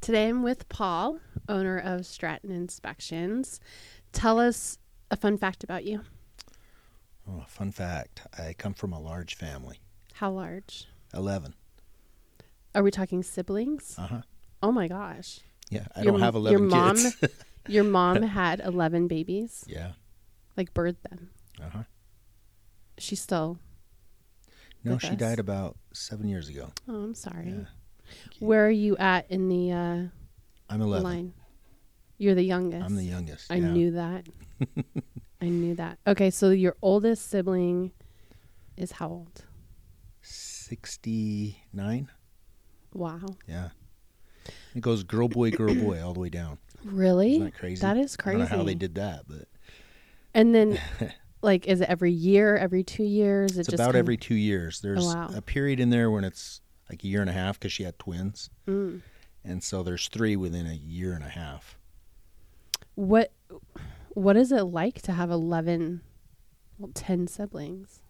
Today I'm with Paul, owner of Stratton Inspections. Tell us a fun fact about you. Oh, fun fact I come from a large family How large? 11. Are we talking siblings? Uh huh. Oh my gosh. Yeah, I Your- don't have your 11 mom- kids. Your mom had 11 babies, yeah. like birthed them. Uh huh. She's still, No, With she us. died about seven years ago. oh, I'm sorry. Yeah. Where are you at in the uh, I'm 11. line? You're the youngest. I'm the youngest. I yeah. knew that. I knew that. Okay, so your oldest sibling is how old? 69. Wow. Yeah. It goes girl, boy, girl, boy all the way down. Really? Isn't that crazy? That is I crazy. don't know how they did that, but And then, like, is it every year, every two years? It it's just about kinda- Oh, every two years. There's wow. a period in there when it's like a year and a half because she had twins. Mm. And so there's three within a year and a half. What What is it like to have eleven, well, ten siblings?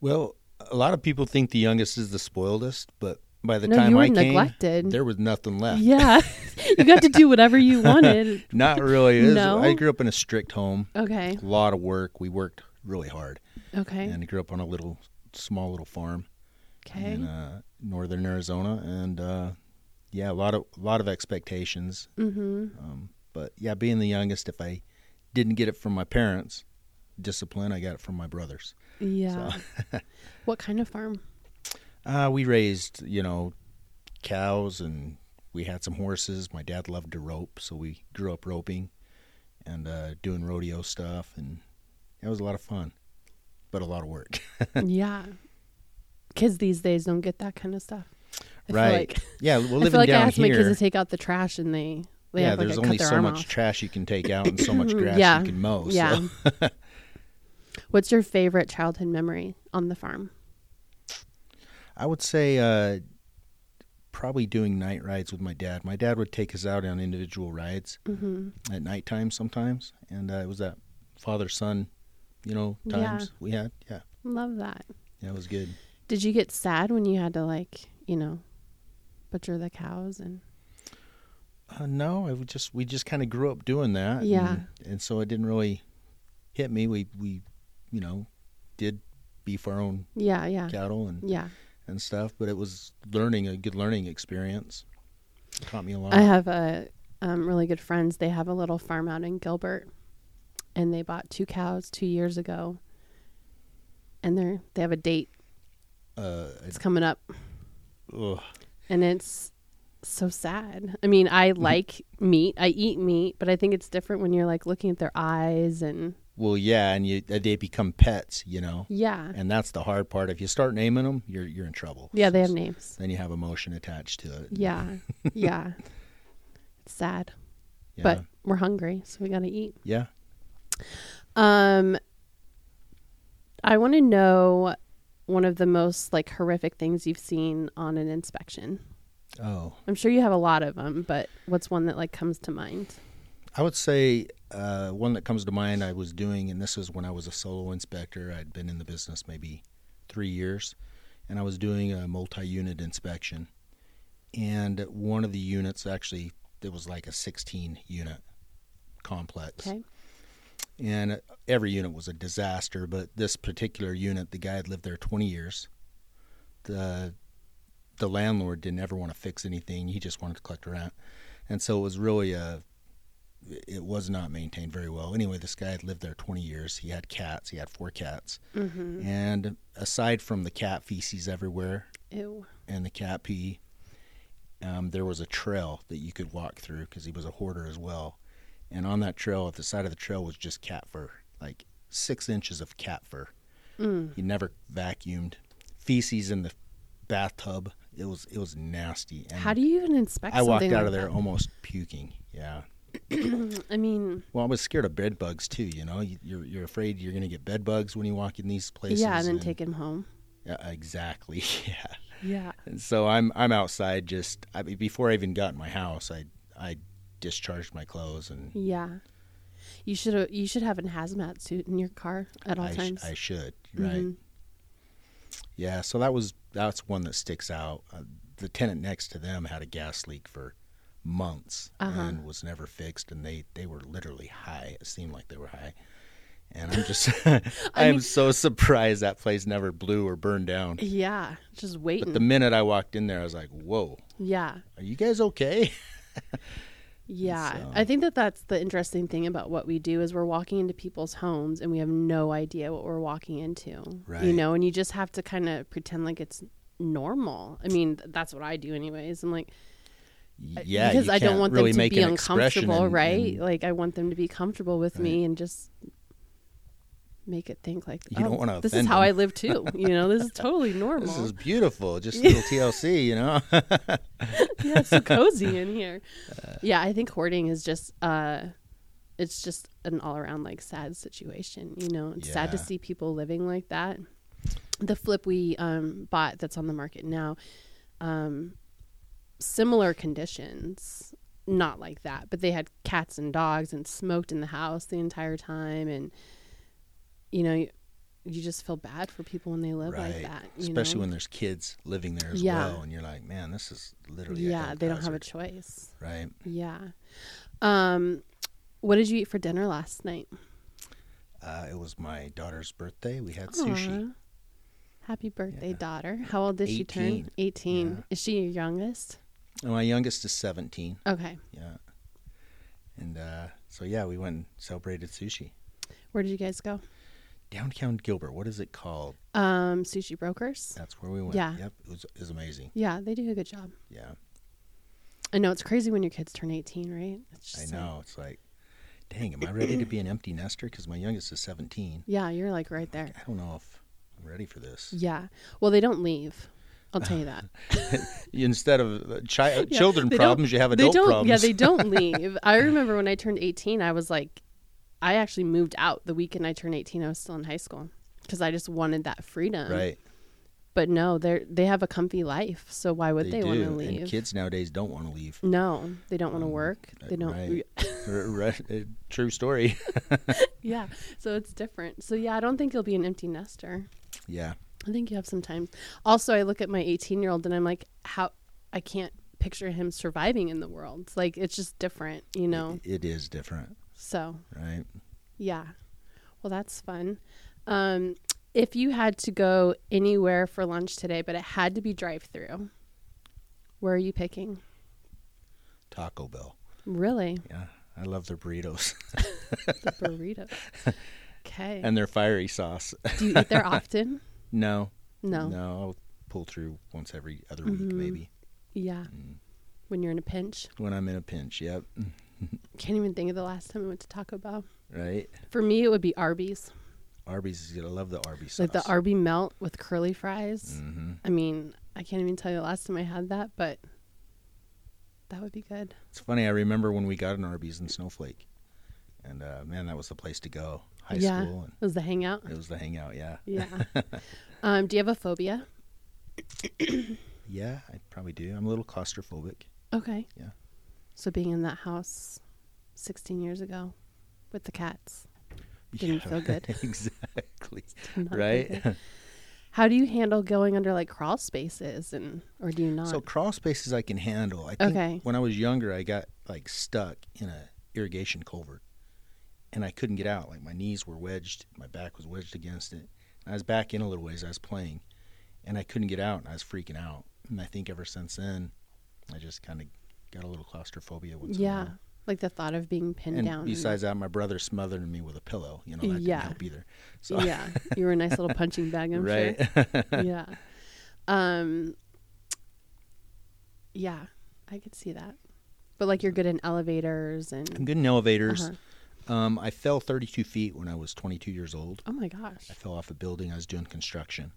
Well, a lot of people think the youngest is the spoiledest, but by the No, time you were I came, neglected. there was nothing left. Yeah, you got to do whatever you wanted. Not really. It was- No? I grew up in a strict home, Okay. a lot of work. We worked really hard, Okay. and I grew up on a little, small little farm okay. in uh, northern Arizona, and uh, yeah, a lot of a lot of expectations. mm-hmm. Um, but yeah, being the youngest, if I didn't get it from my parents, discipline, I got it from my brothers. Yeah. what kind of farm? Uh, we raised, you know, cows and we had some horses. My dad loved to rope, so we grew up roping and uh, doing rodeo stuff, and it was a lot of fun, but a lot of work. yeah. Kids these days don't get that kind of stuff. I feel right? like- yeah, well, I living feel like I down asked my kids here, to take out the trash and they, they yeah, have, like, there's a only cut their so arm much off. trash you can take out and so much grass Yeah. you can mow. Oh, so- Yeah. What's your favorite childhood memory on the farm? I would say uh, probably doing night rides with my dad. My dad would take us out on individual rides Mm-hmm. at nighttime sometimes, and uh, it was that father son, you know, Yeah. times we had. Yeah, Love that. yeah, it was good. Did you get sad when you had to like, you know, butcher the cows and Uh, no, I would just we just kind of grew up doing that. Yeah. and, and so it didn't really hit me. We we, you know, did beef our own yeah, yeah. cattle and Yeah. and stuff, but it was learning a good learning experience. It taught me a lot. I have a um, really good friends. They have a little farm out in Gilbert and they bought two cows 2 years ago. And they're they have a date. uh, It's coming up ugh, and it's so sad. I mean, I like meat. I eat meat, but I think it's different when you're like looking at their eyes and well, yeah, and you uh, they become pets, you know. yeah. and that's the hard part. If you start naming them, you're you're in trouble. Yeah, they have names. Then you have emotion attached to it. Yeah. Yeah. it's sad. Yeah. But we're hungry, so we got to eat. yeah, Um I want to know one of the most like horrific things you've seen on an inspection. oh, I'm sure you have a lot of them, but what's one that like comes to mind? I would say uh, one that comes to mind. I was doing, and this was when I was a solo inspector. I'd been in the business maybe three years, and I was doing a multi-unit inspection. And one of the units actually, it was like a 16-unit complex. Okay. and every unit was a disaster. But this particular unit, the guy had lived there 20 years. the The landlord didn't ever want to fix anything; he just wanted to collect rent, and so it was really a. It was not maintained very well. Anyway, this guy had lived there 20 years. He had cats. He had four cats, Mhm. and aside from the cat feces everywhere Ew. and the cat pee, um, there was a trail that you could walk through because he was a hoarder as well. And on that trail, at the side of the trail, was just cat fur, like six inches of cat fur. Mm. He never vacuumed, feces in the bathtub. It was it was nasty. And How do you even inspect I walked something out like of there that? almost puking. Yeah. I mean, Well, I was scared of bed bugs too. You know, You- you're you're afraid you're gonna get bed bugs when you walk in these places. yeah, and then take him home. Yeah, exactly. Yeah. Yeah. And so I'm I'm outside just I mean, before I even got in my house, I I discharged my clothes and Yeah. You should you should have an hazmat suit in your car at all I, sh- times. I should right. Mhm. Yeah, so that was that's one that sticks out. Uh, the tenant next to them had a gas leak for months Uh-huh. and was never fixed, and they they were literally high. It seemed like they were high, and I'm just I am mean- so surprised that place never blew or burned down. Yeah, just But waiting. the minute I walked in there, I was like, "Whoa, yeah, are you guys okay?" yeah. So- I think that that's the interesting thing about what we do is we're walking into people's homes and we have no idea what we're walking into. You Right. know, and you just have to kind of pretend like it's normal. I mean, th- that's what I do, anyways. I'm like, Yeah, because you I don't can't want really them to make be an expression uncomfortable, and- right? and like I want them to be comfortable with me and just make it think like You don't oh, wanna This is offend how them. I live too. You know, this is totally normal. This is beautiful. Just a little TLC, you know. yeah, it's so cozy in here. yeah, I think hoarding is just uh it's just an all around like sad situation, you know. It's sad to Yeah. see people living like that. The flip we um bought that's on the market now, um similar conditions, not like that, but they had cats and dogs and smoked in the house the entire time and you know, you, you just feel bad for people when they live like that. You Especially know? when there's kids living there as Yeah. well, and you're like, man, this is literally a yeah, health they don't have a hazard," choice. right. Yeah. Um, what did you eat for dinner last night? Uh, it was my daughter's birthday. We had sushi. Aw. Happy birthday, Yeah. daughter. How old did she turn? 18. 18. Yeah. Is she your youngest? And my youngest is 17. Okay. Yeah, and uh, so yeah, we went and celebrated sushi Where did you guys go? downtown Gilbert. What is it called? Um, sushi Brokers. That's where we went. Yeah. Yep. It was, it was amazing. Yeah, they do a good job. Yeah. I know it's crazy when your kids turn 18, right? It's I just like- know. It's like, dang, am I ready to be an empty nester? Because my youngest is 17. yeah, you're like right there. I don't know if I'm ready for this. Yeah. Well, they don't leave. I'll tell you that. Instead of uh, chi- Yeah, children they don't- problems, you have they adult don't. problems. Yeah, they don't leave. I remember when I turned 18, I was like, I actually moved out the weekend I turned 18. I was still in high school because I just wanted that freedom. right. But no, they're they have a comfy life, so why would they, want do. to leave? And kids nowadays don't want to leave. no, they don't want to work. They don't. uh, Right. R- right. Uh, True story. Yeah, so it's different. So yeah, I don't think you'll be an empty nester. yeah. I think you have some time. Also, I look at my 18 year old and I'm like, how I can't picture him surviving in the world. It's like it's just different, you know. It is different, So right? Yeah. Well, that's fun. Um, if you had to go anywhere for lunch today, but it had to be drive through, where are you picking? Taco Bell. Really? Yeah. I love their burritos The burrito. Okay. and their fiery sauce. Do you eat there often? no. No. I'll pull through once every other week, Mhm. maybe. Yeah. Mm. When you're in a pinch. When I'm in a pinch. Yep. Can't even think of the last time I went to Taco Bell. Right. For me, it would be Arby's. Arby's is good. I love the Arby's sauce. Like the Arby melt with curly fries. Mm-hmm. I mean, I can't even tell you the last time I had that, but that would be good. It's funny. I remember when we got an Arby's in Snowflake, and uh, man, that was the place to go. High yeah. school, It was the hangout. and it was the hangout. Yeah, Yeah. um, do you have a phobia? yeah, I probably do. I'm a little claustrophobic. Okay. Yeah. So being in that house 16 years ago with the cats. Didn't feel good. exactly. not feel right. good. How do you handle going under like crawl spaces and or do you not? So crawl spaces I can handle. I think Okay. when I was younger, I got like stuck in a irrigation culvert, and I couldn't get out. Like my knees were wedged, my back was wedged against it. And I was back in a little ways. I was playing, and I couldn't get out, and I was freaking out. And I think ever since then, I just kind of got a little claustrophobia. Once in a yeah. while. Like the thought of being pinned And down. besides that, my brother smothered me with a pillow. You know that Yeah. didn't help either. So yeah. You were a nice little punching bag, I'm right, sure. Yeah. Um Yeah. I could see that. But like you're good in elevators I'm and good in elevators. Uh-huh. Um, I fell 32 feet when I was 22 years old. Oh my gosh. I fell off a building. I was doing construction,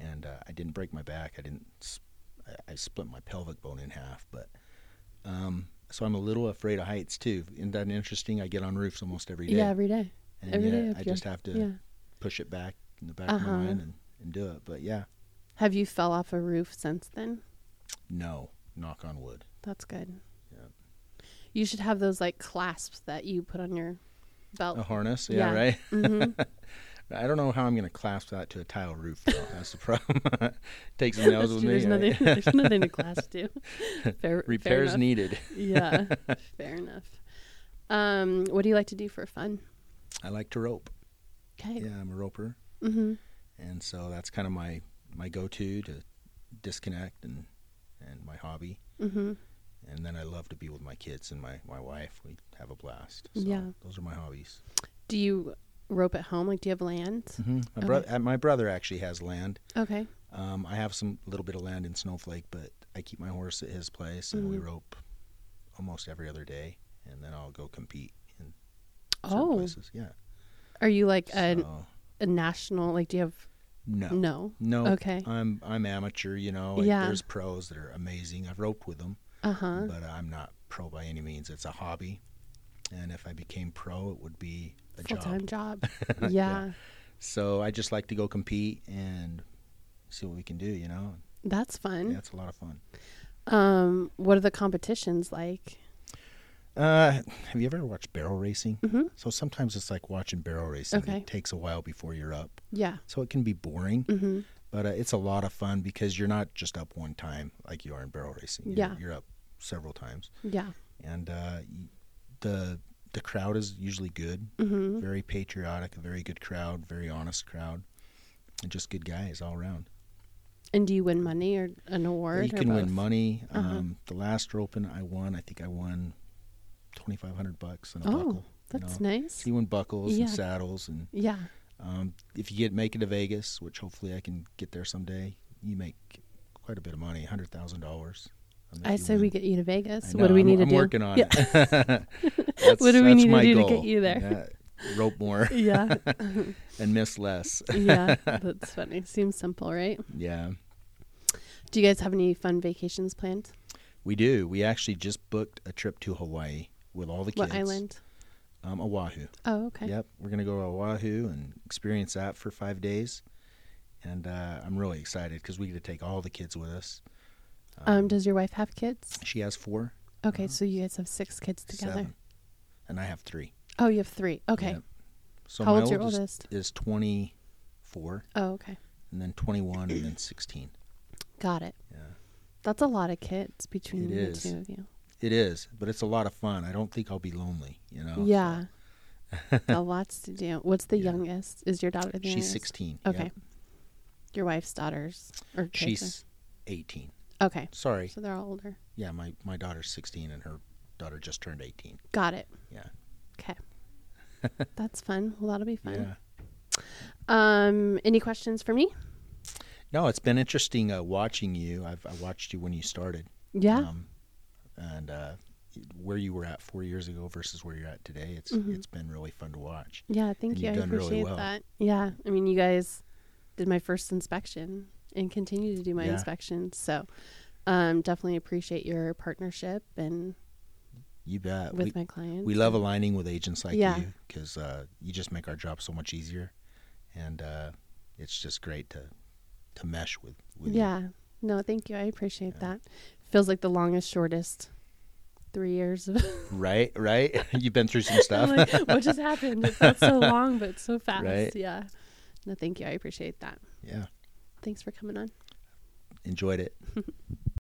and uh, I didn't break my back. I didn't. s- I- I split my pelvic bone in half, but um, so I'm a little afraid of heights too. Isn't that interesting? I get on roofs almost every day. Yeah, every day. and every yet day up I here. just have to yeah. push it back in the back of Uh-huh. my mind and, and do it. But yeah, Have you fell off a roof since then? no. Knock on wood. That's good. Yep. You should Oh, have those like clasps that you put on your belt. A harness. Yeah. Yeah. Right. Mhm. I don't know how I'm going to clasp that to a tile roof. Though. That's the problem. Takes the nails That's with true. me. There's right? nothing. There's nothing to class do. Fair, Repairs fair enough. needed. yeah, fair enough. Um, what do you like to do for fun? I like to rope. Okay. Yeah, I'm a roper, Mm-hmm. and so that's kind of my my go-to to disconnect and and my hobby. Mm-hmm. And then I love to be with my kids and my my wife. We have a blast. So Yeah. those are my hobbies. Do you rope at home? Like, do you have land? Mm-hmm. My, Okay. brother, my brother actually has land. Okay. Um, I have some little bit of land in Snowflake, but I keep my horse at his place, and we Mhm. rope almost every other day, and then I'll go compete in certain Oh, places. Yeah. are you like a, So, a national? Like, do you have no. no? No. Okay. I'm I'm amateur, you know. and Yeah. There's pros that are amazing. I've roped with them, Uh huh. but I'm not pro by any means. It's a hobby, and if I became pro, it would be a Full job. time job. yeah. So I just like to go compete and see what we can do. You know, that's fun. yeah, it's a lot of fun. Um, what are the competitions like? Uh, have you ever watched barrel racing? Mhm. So sometimes it's like watching barrel racing. Okay. It takes a while before you're up, Yeah. so it can be boring. Mm-hmm. But uh, it's a lot of fun because you're not just up one time like you are in barrel racing. You're- Yeah. you're up several times, Yeah. and uh, y- the the crowd is usually good, Mm-hmm. very patriotic, a very good crowd, very honest crowd, and just good guys all around. And do you win money or an award? you or can win both? money. Uh-huh. Um, the last open I won, I think I won twenty five hundred bucks and a Oh, buckle. you That's know. nice. So you win buckles Yeah. and saddles, and yeah. um, if you get make it to Vegas, which hopefully I can get there someday, you make quite a bit of money, hundred thousand dollars. I say we get you to I Vegas. know, What do we I'm- need to I'm do? working on Yeah. it. that's, What do we that's need to my do to goal. get you there? Yeah, rope more yeah. and miss less. yeah. That's funny. Seems simple, right? Yeah, Do you guys have any fun vacations planned? we do. We actually just booked a trip to Hawaii with all the kids. What island? Um, Oahu. Oh, okay. Yep, we're gonna go to Oahu and experience that for five days, and uh, I'm really excited because we get to take all the kids with us. Um, does your wife have kids? She has four, Okay, so you guys have six kids together. Uh-huh. seven, and I have three. Oh, you have three. Okay. Yep. So How my old's your oldest oldest? is 24, Oh, okay. and then 21, and then 16. Got it. Yeah, That's a lot of kids between It the is. two of you. it is, but it's a lot of fun. I don't think I'll be lonely. You know. so- yeah. a lots to do. What's the Oh, Yeah. youngest? Is your daughter the she's youngest? 16. Okay. yep. Your wife's daughters or kids She's 18. are- Okay. Sorry. So they're all older. Yeah, my my daughter's 16, and her daughter just turned 18. Got it. Yeah. Okay. That's fun. Well, that'll be Yeah. fun. Um, any questions for me? No, it's been interesting uh, watching you. I've I watched you when you started. Yeah. Um, and uh, where you were at four years ago versus where you're at today, it's Mhm. it's been really fun to watch. yeah. Thank and you. I you've done really appreciate well. that. Yeah. I mean, you guys did my first inspection and continue to do my Yeah. inspections. So, um, definitely appreciate your partnership and You bet. with Uh, we, my clients. we love aligning with agents like Yeah. you because uh, you just make our job so much easier, and uh, it's just great to to mesh with. with you. Yeah. No, thank you. I appreciate Yeah. that. Feels like the longest, shortest three years of Right. Right. You've been through some stuff. I'm like, what just happened? It felt so long, but so fast. Right. Yeah. No, thank you. I appreciate that. yeah. Thanks for coming on. Enjoyed it.